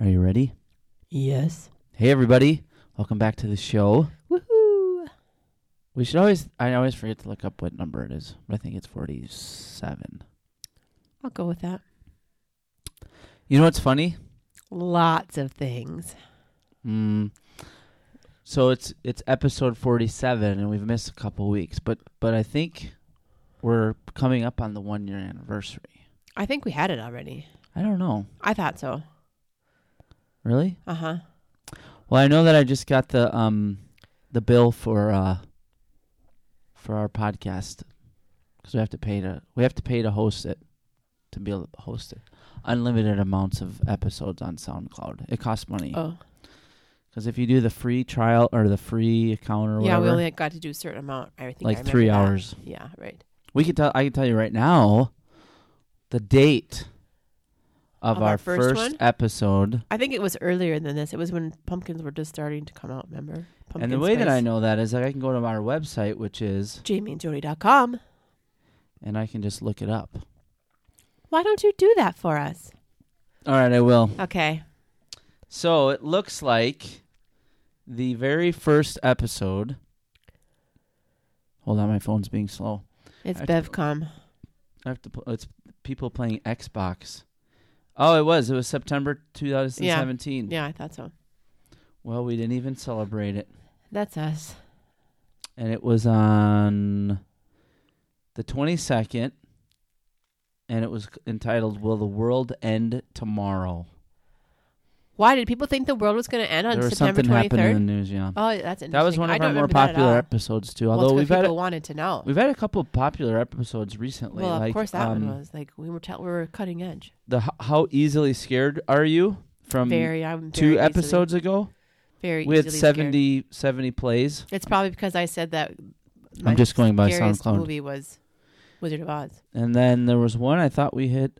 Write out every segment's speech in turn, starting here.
Are you ready? Yes. Hey, everybody. Welcome back to the show. Woohoo! We should always, I always forget to look up what number it is, but I think it's 47. I'll go with that. You know what's funny? Lots of things. Mm, so it's it's episode 47, and we've missed a couple weeks, but but I think we're coming up on the one year anniversary. I think we had it already. I don't know. I thought so. Really? Uh huh. Well, I know that I just got the um the bill for uh for our podcast because we have to pay to we have to pay to host it to be able to host it. Unlimited amounts of episodes on SoundCloud. It costs money Oh, because if you do the free trial or the free account or Oh. yeah. whatever, We only got to do a certain amount. I think I like remember three that. hours. Yeah. Right. We could tell. I can tell you right now, the date of, Of our, our first first one? episode. I think it was earlier than this. It was when pumpkins were just starting to come out. Remember? Pumpkin and the way that I spice. know that is that I can go to our website, which is, JamieandJody.com. and I can just look it up. Why don't you do that for us? All right, I will. Okay. So it looks like the very first episode. Hold on, my phone's being slow. It's I have to- BevCom. I have to. Pl- it's people playing Xbox. Oh, it was. It was September 2017. Yeah, I thought so. Well, we didn't even celebrate it. That's us. and it was on the 22nd and it was c- entitled will the world end tomorrow Why did people think the world was going to end on there was September something happened in the 23rd? news yeah Oh, that's interesting. that was one I of don't our more remember that at all. popular episodes too although well, it's we've 'cause had people a, wanted to know. we've had a couple popular episodes recently Well, like of course that um, one was like we were tell we were cutting edge. the h- how easily scared are you from very, I'm two very easily- episodes ago very we had easily 70 70 plays scared. It's probably because I said that. My i'm just going by scariest soundcloud movie was Wizard of Oz. And then there was one I thought we hit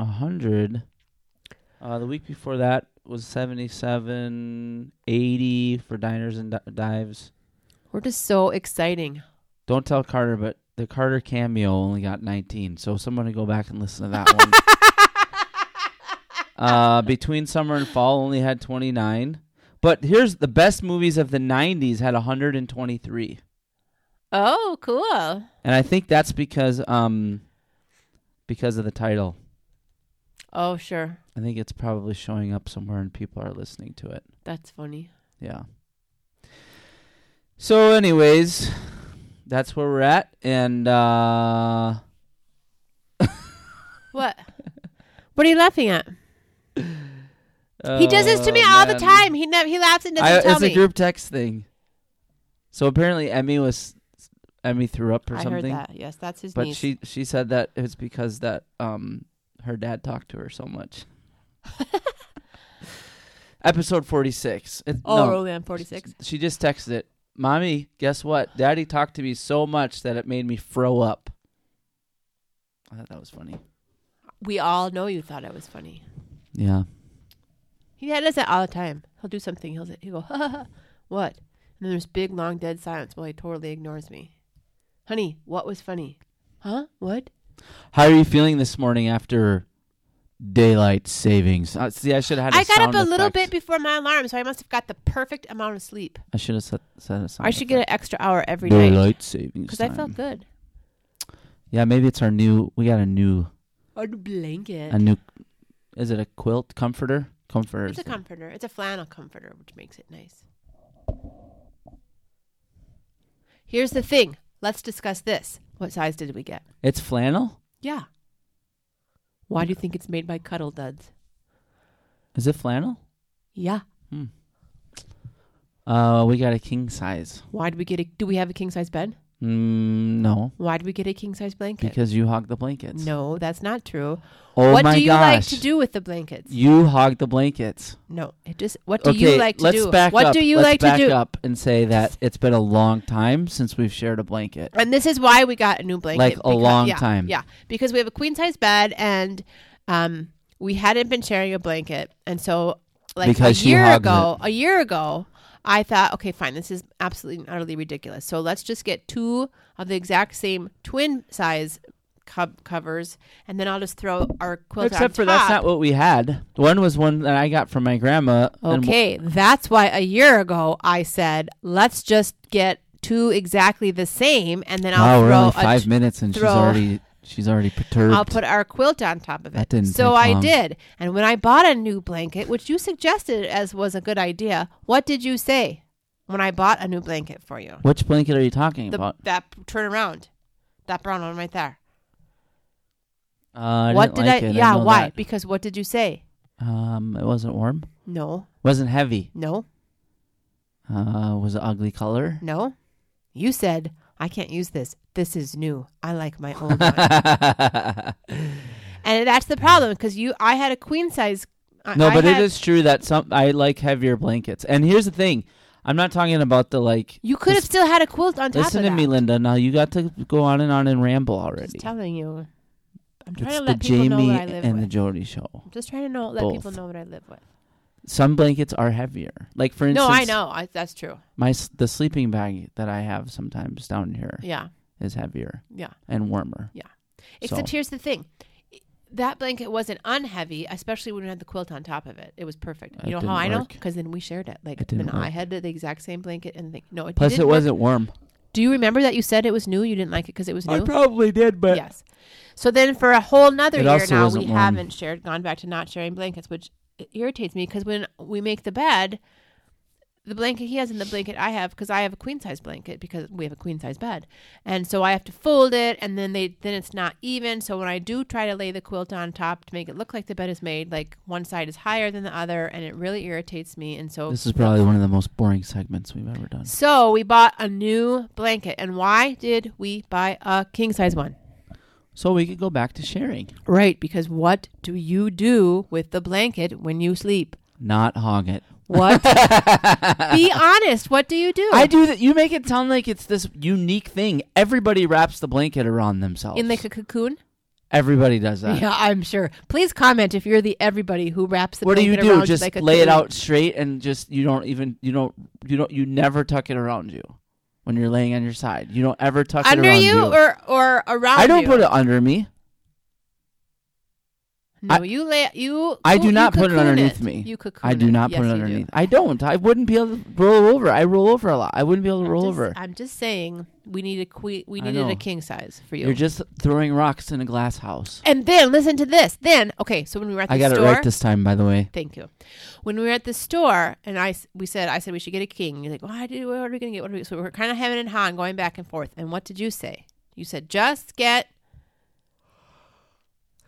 a hundred. Uh, the week before that was 77, 80 for diners and di- dives. We're just so exciting. Don't tell Carter, but the Carter cameo only got 19. So someone to go back and listen to that one. Uh, between summer and fall only had 29. But here's the best movies of the 90s had 123. oh, cool. And I think that's because um because of the title. Oh, sure. I think it's probably showing up somewhere and people are listening to it. That's funny. Yeah. So, anyways, that's where we're at, and uh, What? what are you laughing at? he does this to me all the time. He never he laughs and doesn't Uh, oh, I, tell it's me. a group text thing. So apparently, Emmy was Emmy threw up or I heard something, that. Yes, that's his but niece. she she said that it's because that um her dad talked to her so much. Episode forty six. oh, no, Roland forty six. She just texted it. Mommy, guess what? Daddy talked to me so much that it made me throw up. I thought that was funny. We all know you thought it was funny. Yeah. He does that all the time. He'll do something. He'll say- he'll go, ha, ha, ha, what? And then there's big long dead silence while he totally ignores me. Honey, what was funny? Huh? What? How are you feeling this morning after daylight savings? Uh, see, I should have had. I got up sound a little effect. bit before my alarm, so I must have got the perfect amount of sleep. I should have set, set a sound. I should get an extra hour every night. 'Cause night daylight savings. because I felt time. good. Yeah, maybe it's our new. We got a new. A blanket. A new. Is it a quilt comforter? Comforter. it's a comforter. It's a flannel comforter, which makes it nice. Here's the thing. Let's discuss this. What size did we get? It's flannel. Yeah. Why do you think it's made by Cuddle Duds? Is it flannel? Yeah. Uh, we got a king size. Why do we get a? Do we have a king size bed? Mm, no, Why do we get a king size blanket? because you hog the blankets. no, that's not true. Oh what my do you gosh. like to do with the blankets? You hog the blankets. no, it just. What do okay, you like to let's do? Back what up. do you let's like back to do? up and say that it's been a long time since we've shared a blanket. And this is why we got a new blanket. Like a because- long yeah, time. Yeah, because we have a queen size bed, and um, we hadn't been sharing a blanket, and so like Because a she year hogged ago, a year ago, I thought, okay, fine, this is absolutely and utterly ridiculous. So let's just get two of the exact same twin size cub covers, and then I'll just throw our quilt Except on for top. that's not what we had. One was one that I got from my grandma. and w- Okay, that's why a year ago I said, let's just get two exactly the same, and then I'll wow, we're only throw a five minutes and throw- she's already she's already perturbed. I'll put our quilt on top of it. That didn't so take I long. did. And when I bought a new blanket, which you suggested as was a good idea, what did you say when I bought a new blanket for you? Which blanket are you talking The, about? that turn around, that brown one right there. Uh, I what didn't did like I? it. Yeah, know why? Because what did you say? that. Um, it wasn't warm. No, Wasn't heavy. no, Uh, was an ugly color. no. You said I can't use this. This is new. I like my old one. and that's the problem because you, I had a queen size. I, No, I but had- it is true that some I like heavier blankets. And here's the thing, I'm not talking about the like. You could have Listen- still had a quilt on top Listen of to that. me, Linda. Now you got to go on and on and ramble already. Just telling you. I'm trying it's to the let people Jamie know what I live and with. the Jody show. I'm just trying to know, let people both. know what I live with. Some blankets are heavier. Like for instance, no, I know. I, that's true. My s- the sleeping bag that I have sometimes down here is Yeah. heavier Yeah. and warmer. Except here's the thing. That blanket wasn't unheavy, especially when we had the quilt on top of it. It was perfect. That You know didn't how I know? work. Because then we shared it. Like It when didn't I work. had the exact same blanket and thing. No, it Plus, didn't it work. wasn't warm. Do you remember that you said it was new? You didn't like it because it was new. probably did, but yes. So then for a whole nother It year also now, we wasn't warm. haven't shared, gone back to not sharing blankets, which irritates me because when we make the bed, the blanket he has and the blanket I have, because I have a queen size blanket because we have a queen size bed, and so I have to fold it, and then they then it's not even. So when I do try to lay the quilt on top to make it look like the bed is made, like one side is higher than the other, and it really irritates me. And so this is probably one of the most boring segments we've ever done. so we bought a new blanket, and why did we buy a king size one? So we could go back to sharing, Right, because what do you do with the blanket when you sleep? not hog it. What? Be honest. What do you do? I do that. You make it sound like it's this unique thing. Everybody wraps the blanket around themselves. in like a cocoon. Everybody does that. yeah, I'm sure. Please comment if you're the everybody who wraps the What do you blanket do? around Just like a lay it cocoon. out straight and just you don't even you don't you don't you never tuck it around you when you're laying on your side. You don't ever tuck it under around you, or or around. I don't you? put it under me. No, I- you lay you. I do you not put it cocoon underneath me. You cocoon. I do not Yes, put it you do. underneath. I don't. I wouldn't be able to roll over. I roll over a lot. I wouldn't be able to I'm roll just- over. I'm just saying we need a que- we I needed know. a king size for you. You're just throwing rocks in a glass house. and then listen to this. Then okay, so when we were at the I got store, it right this time, by the way. Thank you. When we were at the store, and I s- we said I said we should get a king. You're like, why do? What are we gonna get? What are we? So we we're kind of having it on, going back and forth. And what did you say? You said just get.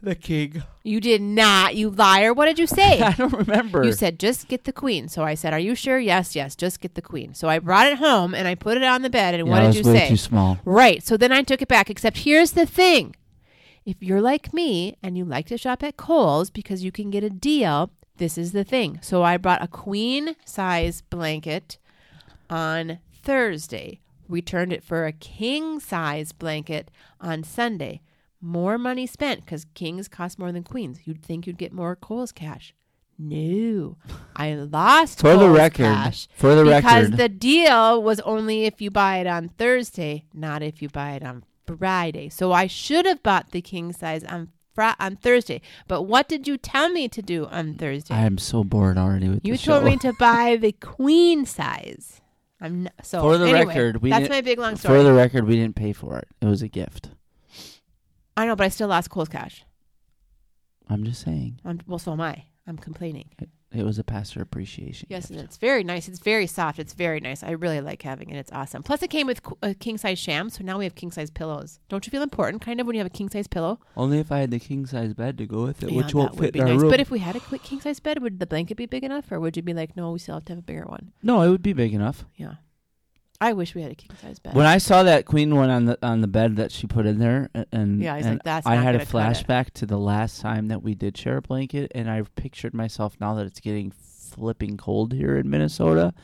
The king. You did not. You liar. What did you say? I don't remember. you said just get the queen. So I said, are you sure? Yes, yes. Just get the queen. So I brought it home and I put it on the bed. And Yeah, what I did was you way say? too small. Right. So then I took it back. Except here's the thing. If you're like me and you like to shop at Kohl's because you can get a deal, this is the thing. So I brought a queen size blanket on Thursday, returned it for a king size blanket on Sunday. More money spent because kings cost more than queens. You'd think you'd get more Kohl's cash. No, I lost For the Kohl's record, cash for the because record, the deal was only if you buy it on Thursday, not if you buy it on Friday. So I should have bought the king size on Fri on Thursday. But what did you tell me to do on Thursday? I am so bored already with you this told show. me to buy the queen size. I'm n so For the anyway, record, we that's didn't- my big long story. For the record, we didn't pay for it. It was a gift. I know, but I still lost Kohl's cash. I'm just saying I'm, well, so am I. I'm complaining. it was a pastor appreciation. Yes, and gift. it's very nice. It's very soft. It's very nice. I really like having it. It's awesome. Plus, it came with qu- a king size sham, so now we have king size pillows. Don't you feel important, kind of, when you have a king size pillow? Only if I had the king size bed to go with it, Yeah, which won't that fit would be in our nice. room. But if we had a quick king size bed, would the blanket be big enough, or would you be like, no, we still have to have a bigger one? no, it would be big enough. Yeah, I wish we had a king size bed. When I saw that queen one on the on the bed that she put in there, a- and yeah, I was and like, that's. I not had a gonna cut it. flashback to the last time that we did share a blanket, and I pictured myself now that it's getting flipping cold here in Minnesota,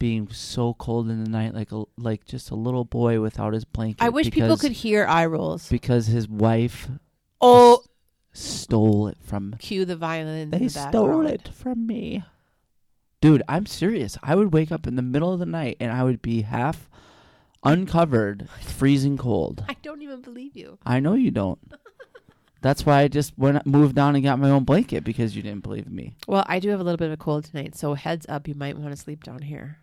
being so cold in the night, like a like just a little boy without his blanket. I wish people because- could hear eye rolls. because his wife Oh, stole it from. cue the violin. in They the stole background. it from me. Dude, I'm serious. I would wake up in the middle of the night and I would be half uncovered, freezing cold. I don't even even believe you. I know you don't. That's why I just went moved down and got my own blanket because you didn't believe me, Well, I do have a little bit of a cold tonight, so heads up, you might want to sleep down here.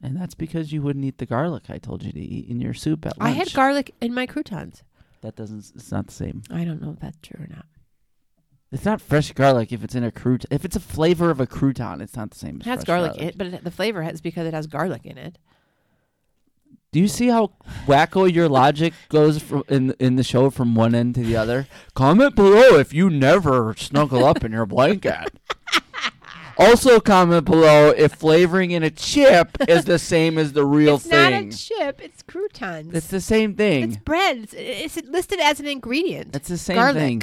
and that's because you wouldn't eat the garlic I told you to eat in your soup at I lunch. had garlic in my croutons. that doesn't. It's not the same. I don't know if that's true or not. It's not fresh garlic if it's in a crouton. If it's a flavor of a crouton, it's not the same. It As has fresh garlic, in it, but it, the flavor has because it has garlic in it. Do you see how wacko your logic goes from in in the show from one end to the other? Comment below if you never snuggle up in your blanket. Also, comment below if flavoring in a chip is the same as the real it's thing. not a chip. It's croutons. it's the same thing. It's bread. It's, it's listed as an ingredient. It's the same garlic. thing.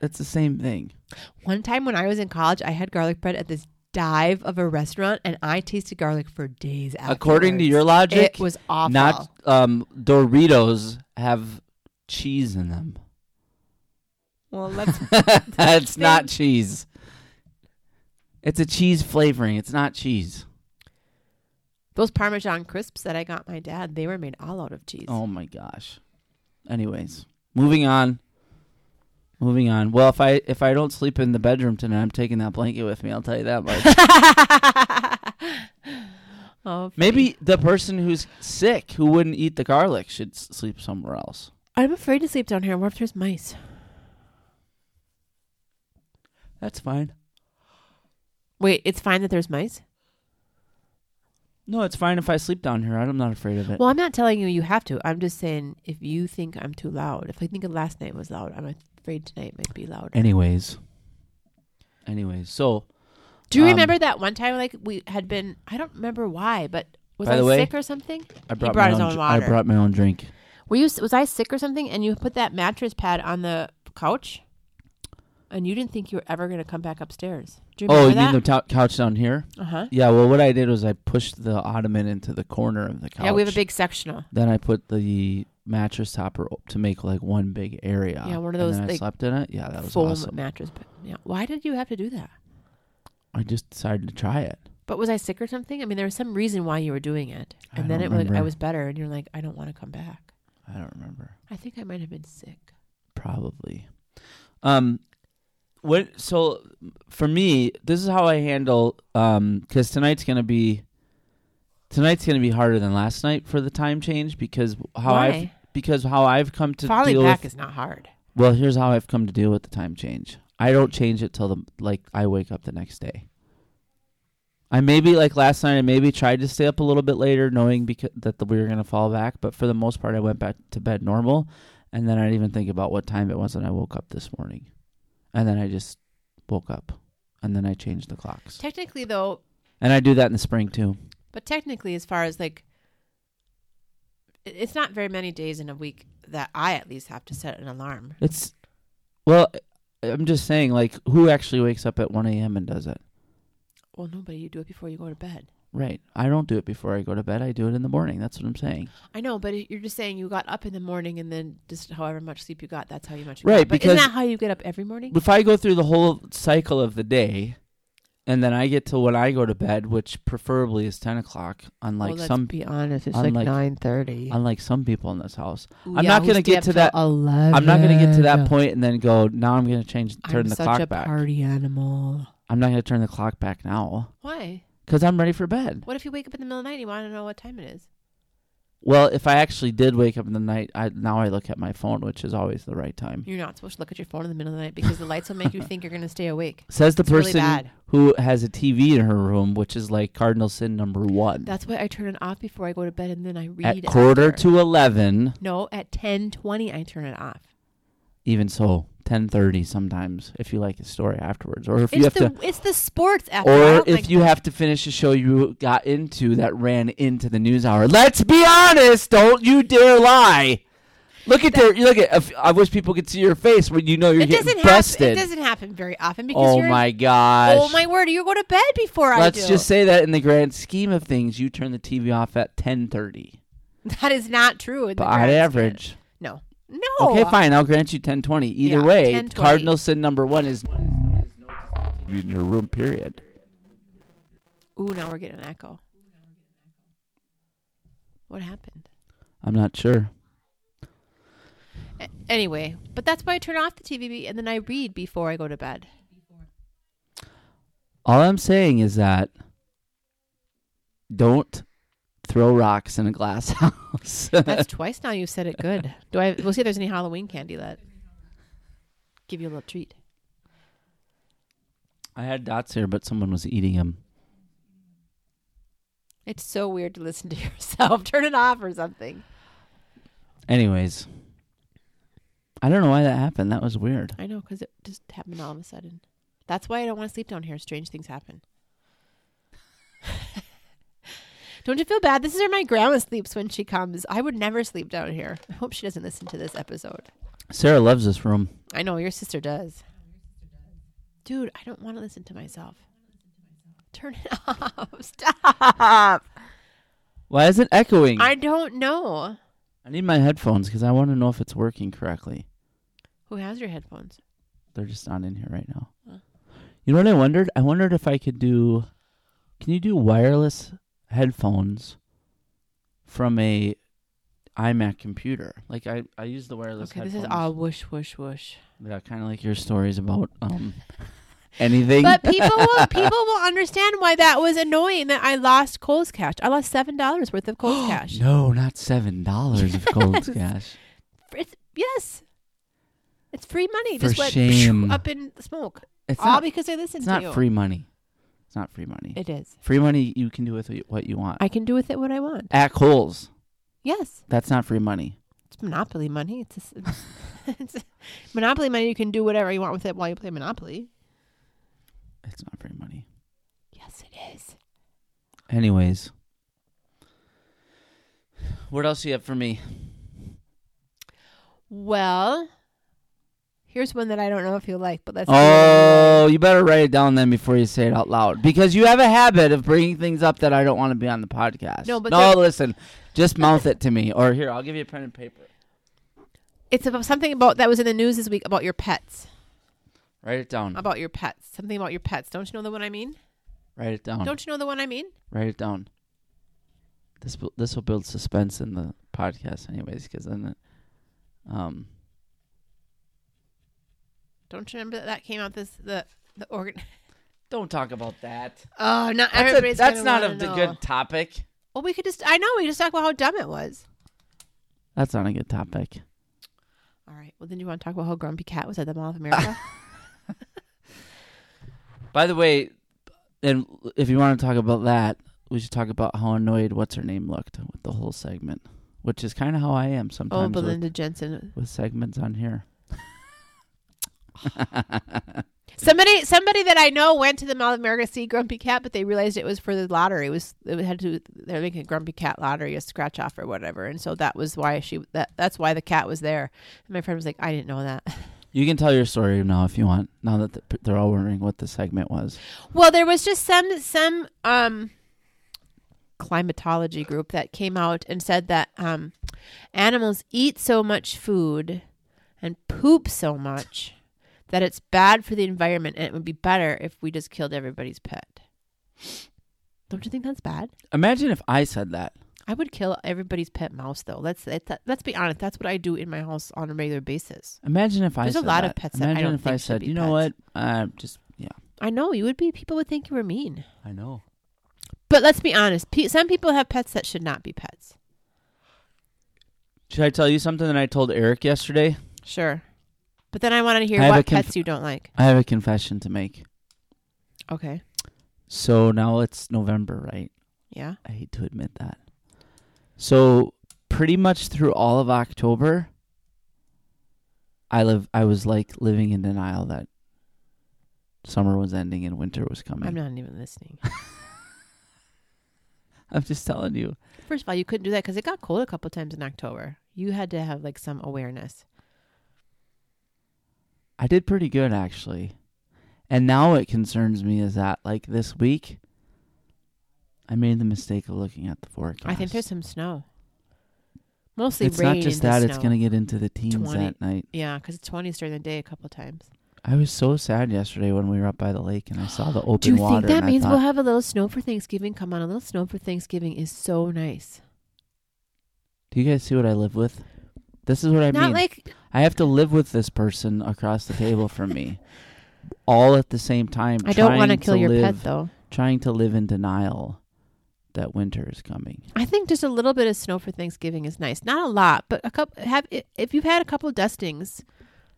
It's the same thing. One time when I was in college, I had garlic bread at this dive of a restaurant, and I tasted garlic for days. Afterwards. According to your logic, it was awful. not um, Doritos have cheese in them. well, let's That's not cheese. It's a cheese flavoring. It's not cheese. Those Parmesan crisps that I got my dad, they were made all out of cheese. Oh my gosh. Anyways, moving on. Moving on. Well, if I if I don't sleep in the bedroom tonight, I'm taking that blanket with me. I'll tell you that much. Oh, Maybe the person who's sick who wouldn't eat the garlic should s- sleep somewhere else. I'm afraid to sleep down here. What if there's mice? That's fine. Wait, it's fine that there's mice? No, it's fine if I sleep down here. I'm not afraid of it. Well, I'm not telling you you have to. I'm just saying if you think I'm too loud, if I think of last night was loud, I'm afraid tonight might be louder. Anyways. Anyways, so Do you Um, remember that one time? Like we had been, I don't remember why, but was By I the way, sick or something? I brought, brought my his own, own dr- water. I brought my own drink. Were you? Was I sick or something? And you put that mattress pad on the couch, and you didn't think you were ever going to come back upstairs. Do you Oh, you remember mean the that? tou- couch down here? uh huh. Yeah, well, what I did was I pushed the ottoman into the corner of the couch. Yeah, we have a big sectional. Then I put the mattress topper o- to make like one big area. Yeah, one of And those, then I like, slept in it. Yeah, that was foam awesome. mattress pad. Yeah. Why did you have to do that? I just decided to try it. But was I sick or something? I mean, there was some reason why you were doing it, I and then don't it was like, I remember. was better, and you're like, I don't want to come back. I don't remember. I think I might have been sick. Probably. Um, what? So for me, this is how I handle. Um, because tonight's gonna be. Tonight's gonna be harder than last night for the time change because how I've why? because how I've come to Falling deal back with is not hard. Well, here's how I've come to deal with the time change. I don't change it till the like I wake up the next day. I maybe like last night. I maybe tried to stay up a little bit later, knowing because that we were gonna fall back. But for the most part, I went back to bed normal, and then I didn't even think about what time it was when I woke up this morning, and then I just woke up, and then I changed the clocks. Technically, though, And I do that in the spring too. But technically, as far as like, it- it's not very many days in a week that I at least have to set an alarm. It's well, I'm just saying, like, who actually wakes up at 1 a.m. and does it? Well, no, but you do it before you go to bed. Right. I don't do it before I go to bed. I do it in the morning. That's what I'm saying. I know, but it- you're just saying you got up in the morning and then just however much sleep you got, that's how you much. You Right, got. But isn't because- that how you get up every morning? If I go through the whole cycle of the day, and then I get to when I go to bed, which preferably is ten o'clock, unlike well, let's some be honest, it's unlike- like nine thirty. unlike some people in this house, I'm not gonna get to that- Eleven. I'm not going to get to that point and then go. Now I'm going to change, turn I'm the such a clock back. party animal. I'm not going to turn the clock back now Why? because I'm ready for bed. What if you wake up in the middle of the night and you want to know what time it is? Well, if I actually did wake up in the night, I now I look at my phone, which is always the right time. You're not supposed to look at your phone in the middle of the night because the lights will make you think you're going to stay awake. Says the It's really person bad. who has a TV in her room, which is like cardinal sin number one. That's why I turn it off before I go to bed, and then I read at quarter after. to eleven. No, at ten twenty, I turn it off. even so 10:30 sometimes if you like the story afterwards or if you have It's the to it's the Oh sports after. I or don't if like you have to finish a show you got into that ran into the news hour let's be honest don't you dare lie look at their you look at if- i wish people could see your face when you know you're it getting doesn't happen. It busted doesn't happen very often because oh you're. my gosh oh my word! You go to bed before I let's do. just say that in the grand scheme of things you turn the tv off at 10:30 that is not true. In but the on grand scheme. average no, no. okay fine i'll grant you 10:20 either Yeah, way 10:20. cardinal sin number 1 is in your room period Ooh, now we're getting an echo. What happened? I'm not sure. A- anyway, but that's why I turn off the TV and then I read before I go to bed. All I'm saying is that don't throw rocks in a glass house. That's twice now you've said it good. Do I we'll see if there's any Halloween candy that give you a little treat. I had dots here, but someone was eating them. It's so weird to listen to yourself. Turn it off or something. Anyways, I don't know why that happened. That was weird. I know, because it just happened all of a sudden. That's why I don't want to sleep down here. Strange things happen. don't you feel bad? This is where my grandma sleeps when she comes. I would never sleep down here. I hope she doesn't listen to this episode. Sarah loves this room. I know your sister does. Dude, I don't want to listen to myself. Turn it off. Stop. Why is it echoing? I don't know. I need my headphones because I want to know if it's working correctly. Who has your headphones? They're just not in here right now. Huh. You know what I wondered? I wondered if I could do. Can you do wireless headphones from a iMac computer? Like I, I use the wireless. Okay, this headphones. is all whoosh, whoosh, whoosh. Yeah, kind of like your stories about um anything. But people will people will understand why that was annoying that I lost Kohl's cash. I lost seven dollars worth of Kohl's cash. no, not seven dollars of gold cash. It's, yes, it's free money. For Just went shame. up in smoke. It's all not. because they listened It's to not you. free money. It's not free money. It is. free money you can do with what you want. I can do with it what I want. At Kohl's, Yes, that's not free money. it's monopoly money. It's, a s it's monopoly money. You can do whatever you want with it while you play Monopoly. It's not free money. Yes, it is. Anyways, what else you have for me? Well, here's one that I don't know if you'll like, but let's. Oh, you better write it down then before you say it out loud because you have a habit of bringing things up that I don't want to be on the podcast. No, but no, there- listen, just mouth it to me, or here I'll give you a pen and paper. it's about something about that was in the news this week about your pets. Write it down. about your pets. Something about your pets. Don't you know the one I mean? Write it down. Don't you know the one I mean? Write it down. This bu- this will build suspense in the podcast, anyways, because then, it, um, Don't you remember that, that came out this the the organ? don't talk about that. Oh, not That's, a, everybody's. that's gonna not a wanna d- know. good topic. Well, we could just. I know we could just talk about how dumb it was. That's not a good topic. All right. Well, then you want to talk about how Grumpy Cat was at the Mall of America? By the way, and if you want to talk about that, we should talk about how annoyed what's her name looked with the whole segment, which is kind of how I am oh, sometimes with, Belinda Jensen. with segments on here. Somebody, somebody that I know went to the Mall of America to see Grumpy Cat, but they realized it was for the lottery. It was it had to. They're making a Grumpy Cat lottery, a scratch off or whatever, and so that was why she. That that's why the cat was there. And my friend was like, I didn't know that. You can tell your story now if you want. Now that th- they're all wondering what the segment was. Well, there was just some some um climatology group that came out and said that um animals eat so much food and poop so much that it's bad for the environment and it would be better if we just killed everybody's pet. Don't you think that's bad? Imagine if I said that. I would kill everybody's pet mouse though. Let's let's let's be honest. That's what I do in my house on a regular basis. Imagine if I. There's a said lot of that. pets that I Imagine don't if I think should said, be you know what? pets. Uh, just yeah, I know you would be. People would think you were mean. I know. But let's be honest. Pe- some people have pets that should not be pets. Should I tell you something that I told Eric yesterday? Sure. But then I want to hear I have a what conf- pets you don't like. I have a confession to make. Okay. So now it's November, right? Yeah. I hate to admit that. So pretty much through all of October, I live. I was like living in denial that summer was ending and winter was coming. I'm I'm, not even listening. just telling you. First of all, you couldn't do that because it got cold a couple times in October. You had to have like some awareness. I did pretty good actually, and now what concerns me is that like this week, I made the mistake of looking at the forecast. I think there's some snow. Mostly It's rain. not just into that; snow. it's going to get into the teens 20. that night. Yeah, because it's 20s during the day a couple times. I was so sad yesterday when we were up by the lake and I saw the open Do you water. think that and I means thought, we'll have a little snow for Thanksgiving? Come on, a little snow for Thanksgiving is so nice. Do you guys see what I live with? This is what I Not mean. like I have to live with this person across the table from me, all at the same time. I don't want to kill your live, pet though. Trying to live in denial that winter is coming. I think just a little bit of snow for Thanksgiving is nice. Not a lot, but a couple. Have if you've had a couple dustings,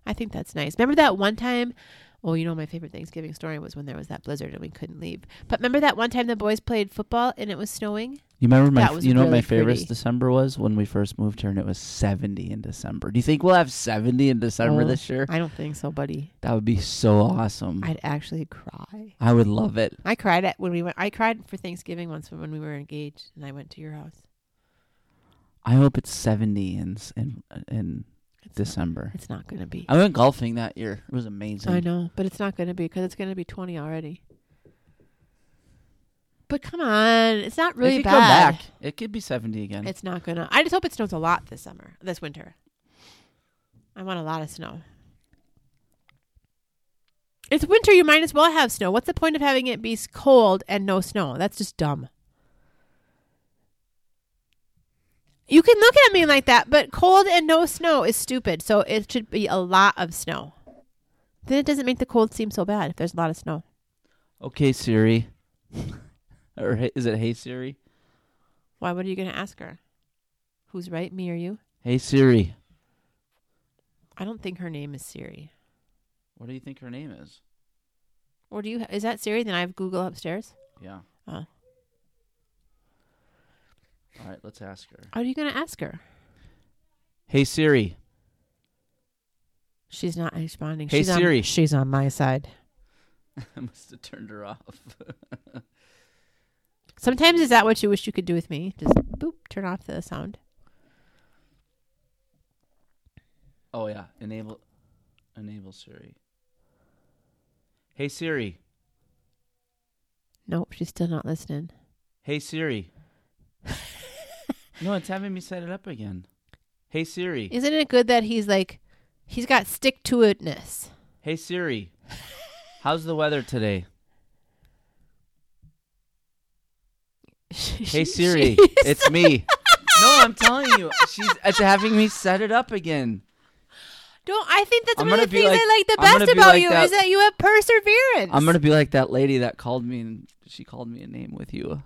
I think that's nice. Remember that one time? Oh, you know my favorite Thanksgiving story was when there was that blizzard and we couldn't leave. But remember that one time the boys played football and it was snowing? You remember my? That was you know what my really favorite pretty. December was when we first moved here, and it was seventy in December. Do you think we'll have seventy in December Oh. this year? I don't think so, buddy. That would be so awesome. I, I'd actually cry. would love it. I cried at when we went. I cried for Thanksgiving once when we were engaged, and I went to your house. I hope it's seventy in s- in in It's December. It's not going to be. I went golfing that year. It was amazing. I know, but it's not going to be because it's going to be 20 already. But come on, it's not really if you bad. come back, it could be seventy again. It's not going to. I just hope it snows a lot this summer, this winter. I want a lot of snow. It's winter, you might as well have snow. What's the point of having it be s- cold and no snow? That's just dumb. You can look at me like that, but cold and no snow is stupid. So it should be a lot of snow. Then it doesn't make the cold seem so bad if there's a lot of snow. okay, Siri. or hey- is it Hey Siri? Why? What are you going to ask her? Who's right, me or you? Hey Siri. I don't think her name is Siri. What do you think her name is? Or do you? Is that Siri? Then I have Google upstairs. Yeah. Oh. All right, let's ask her. Are you going to ask her? Hey Siri. She's not responding. Hey, she's Siri. On, she's on my side. I must have turned her off. Sometimes is that what you wish you could do with me? Just boop, turn off the sound. oh yeah, enable enable Siri. Hey Siri. Nope, she's still not listening. Hey Siri. no, it's having me set it up again. Hey Siri. Isn't it good that he's like, he's got stick to itness? hey Siri. How's the weather today? Hey Siri, it's me. No, I'm telling you, she's it's having me set it up again. Don't. I think that's I'm one gonna of the be things I like- like the I'm gonna best be about like you that- is that you have perseverance. I'm gonna be like that lady that called me and she called me a name with you.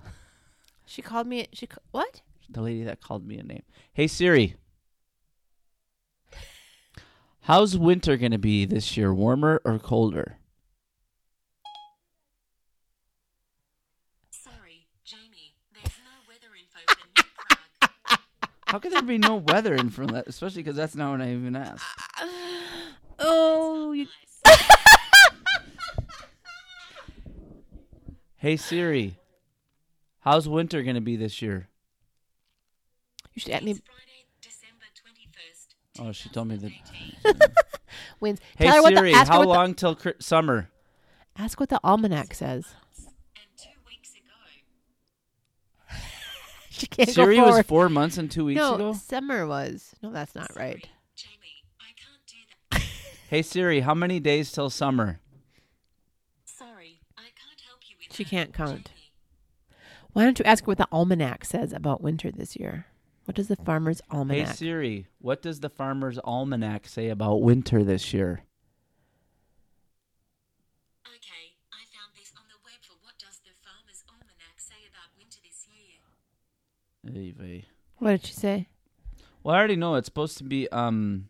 She called me. She ca- what? The lady that called me a name. Hey Siri. How's winter gonna be this year? Warmer or colder? Sorry, Jamie, there's no weather info for Nick Prague. How could there be no weather in front of that? Especially because that's not what I even asked. Oh, you Nice. Hey Siri. How's winter gonna be this year? you should at me It's Friday, December 21st. Oh, she told me that. 2018. wins. Hey Tell her what Siri, the, ask her how what the- long till cri- summer? Ask what the almanac says. And two weeks ago, She can't Siri go was forward. four months and two weeks no, ago. summer was. No, that's not right. Jamie, I can't do that. Hey Siri, how many days till summer? Sorry, I can't help you with She that. can't count. Jamie, Why don't you ask what the almanac says about winter this year? What does the farmer's Hey almanac? Siri, what does the farmer's almanac say about winter this year? Okay, I found this on the web for what does the Farmer's Almanac say about winter this year? Ay vey. what did she say? Well, I already know it's supposed to be um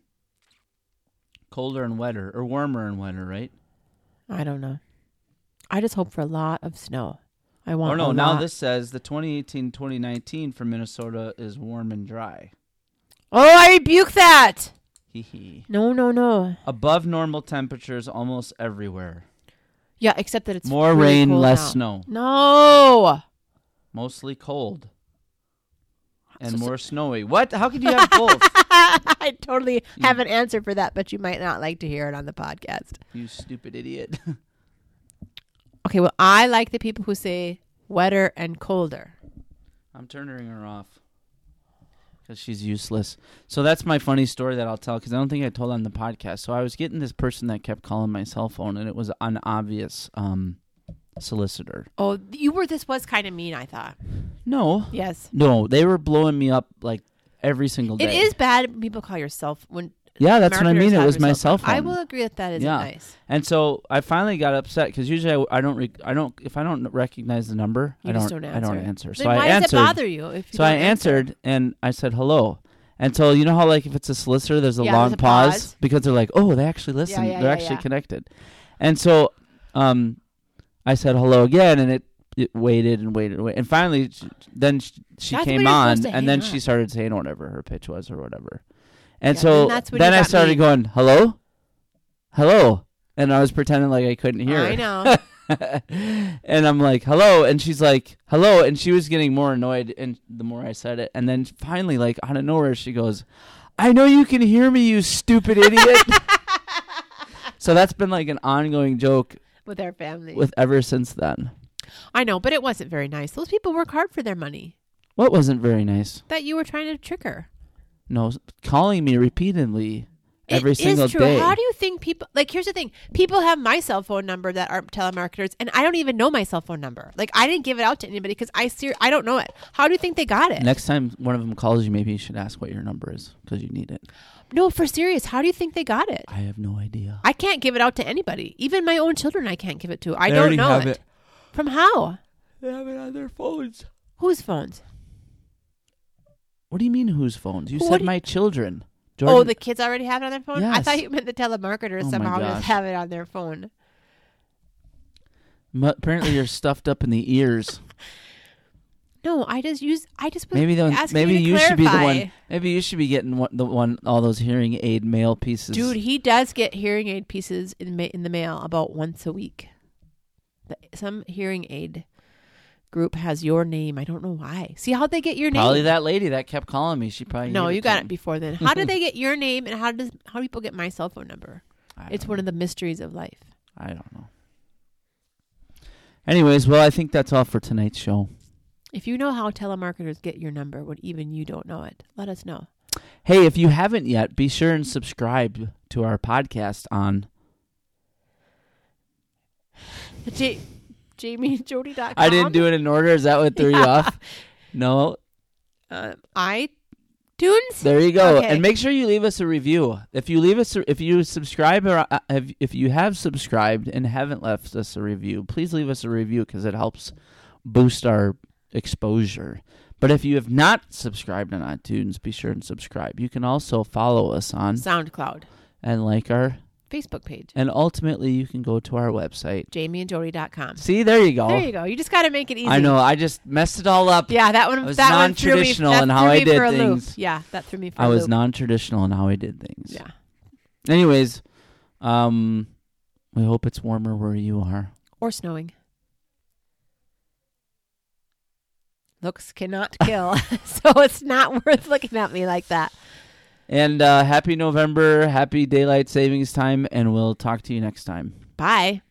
colder and wetter or warmer and wetter, right? I don't know. I just hope for a lot of snow. I want. Or Oh, no, a now lot. this says the 2018-2019 for Minnesota is warm and dry. Oh, I rebuke that. Hee hee. No, no, no. Above normal temperatures almost everywhere. Yeah, except that it's More really rain, cold less now. snow. No. Mostly cold So- and so- more snowy. What? How could you have both? I totally Hmm. have an answer for that, but you might not like to hear it on the podcast. you stupid idiot. Okay, well, I like the people who say wetter and colder. I'm turning her off because she's useless. So that's my funny story that I'll tell because I don't think I told on the podcast. So I was getting this person that kept calling my cell phone, and it was an obvious um, solicitor. Oh, you were. This was kind of mean. I thought. No, Yes. no, they were blowing me up like every single It day. is bad when people call yourself when. Yeah, that's what I marketers mean. It have was your my cell I phone. will agree that that isn't Yeah. nice. And so I finally got upset because usually I, I don't rec- I don't if I don't recognize the number You I don't just don't I don't answer. answer Then So why I does it answered. bother you? If you so I don't answer? answered and I said hello. And so you know how like if it's a solicitor, there's a Yeah, long there's a pause, pause. because they're like, oh, they actually listen. yeah, they're yeah, actually yeah. connected. And so um, I said hello again, and it, it waited and waited and waited, and finally, sh then sh- she That's when came you're supposed on, to and then hang she up. started saying whatever her pitch was or whatever. And Yeah, so and that's when then you I got started me. going hello, hello, and I was pretending like I couldn't hear. I her. know. and I'm like, hello. And she's like, hello. And she was getting more annoyed and the more I said it. And then finally, like out of nowhere, she goes, I know you can hear me, you stupid idiot. so that's been like an ongoing joke with our family. with ever since then. I know, but it wasn't very nice. Those people work hard for their money. What wasn't very nice? That you were trying to trick her. No, s- calling me repeatedly every It is single true. day. How do you think people like here's the thing. People have my cell phone number that aren't telemarketers and I don't even know my cell phone number. Like I didn't give it out to anybody cuz I see I don't know it. How do you think they got it? Next time one of them calls you, maybe you should ask what your number is because you need it. No, for serious. How do you think they got it? I have no idea. I can't give it out to anybody. Even my own children I can't give it to. I They don't already know have it. it. From how? They have it on their phones. Whose phones? What do you mean whose phones? You What said do you- my children. Oh, Jordan, the kids already have it on their phone? I Yes. thought you meant the telemarketers Oh my somehow gosh. just have it on their phone. m- apparently you're stuffed up in the ears. No, I just use I just was Maybe the one, asking maybe you, to you, should be the clarify. one. Maybe you should be getting one, the one all those hearing aid mail pieces. Dude, he does get hearing aid pieces in ma- in the mail about once a week. The- Some hearing aid group has your name. I don't know why. See how they get your name? probably that lady that kept calling me. She probably no, gave you to got it him. before then. How do they get your name and how does how do people get my cell phone number? I It's don't one of the mysteries of life. know. I don't know. Anyways, well, I think that's all for tonight's show. If you know how telemarketers get your number when even you don't know it, let us know. Hey, if you haven't yet, be sure and subscribe to our podcast on. J- JamieandJody.com. I didn't do it in order. Is that what threw you off? No, Um, iTunes. There you go. Okay. And make sure you leave us a review. If you leave us, a, if you subscribe or uh, if, if you have subscribed and haven't left us a review, please leave us a review because it helps boost our exposure. But if you have not subscribed on iTunes, be sure and subscribe. You can also follow us on SoundCloud. and like our, Facebook page. and ultimately you can go to our website. JamieandJody.com. See, there you go. There you go. You just got to make it easy. I know. I just messed it all up. Yeah, that one I was that one threw me. non-traditional that in how threw I me did for a loop. things. Yeah, that threw me for I a was loop. non-traditional in how I did things. Yeah. Anyways, um, we hope it's warmer where you are. Or snowing. Looks cannot kill, so it's not worth looking at me like that. And uh, happy November, happy daylight savings time, and we'll talk to you next time. Bye.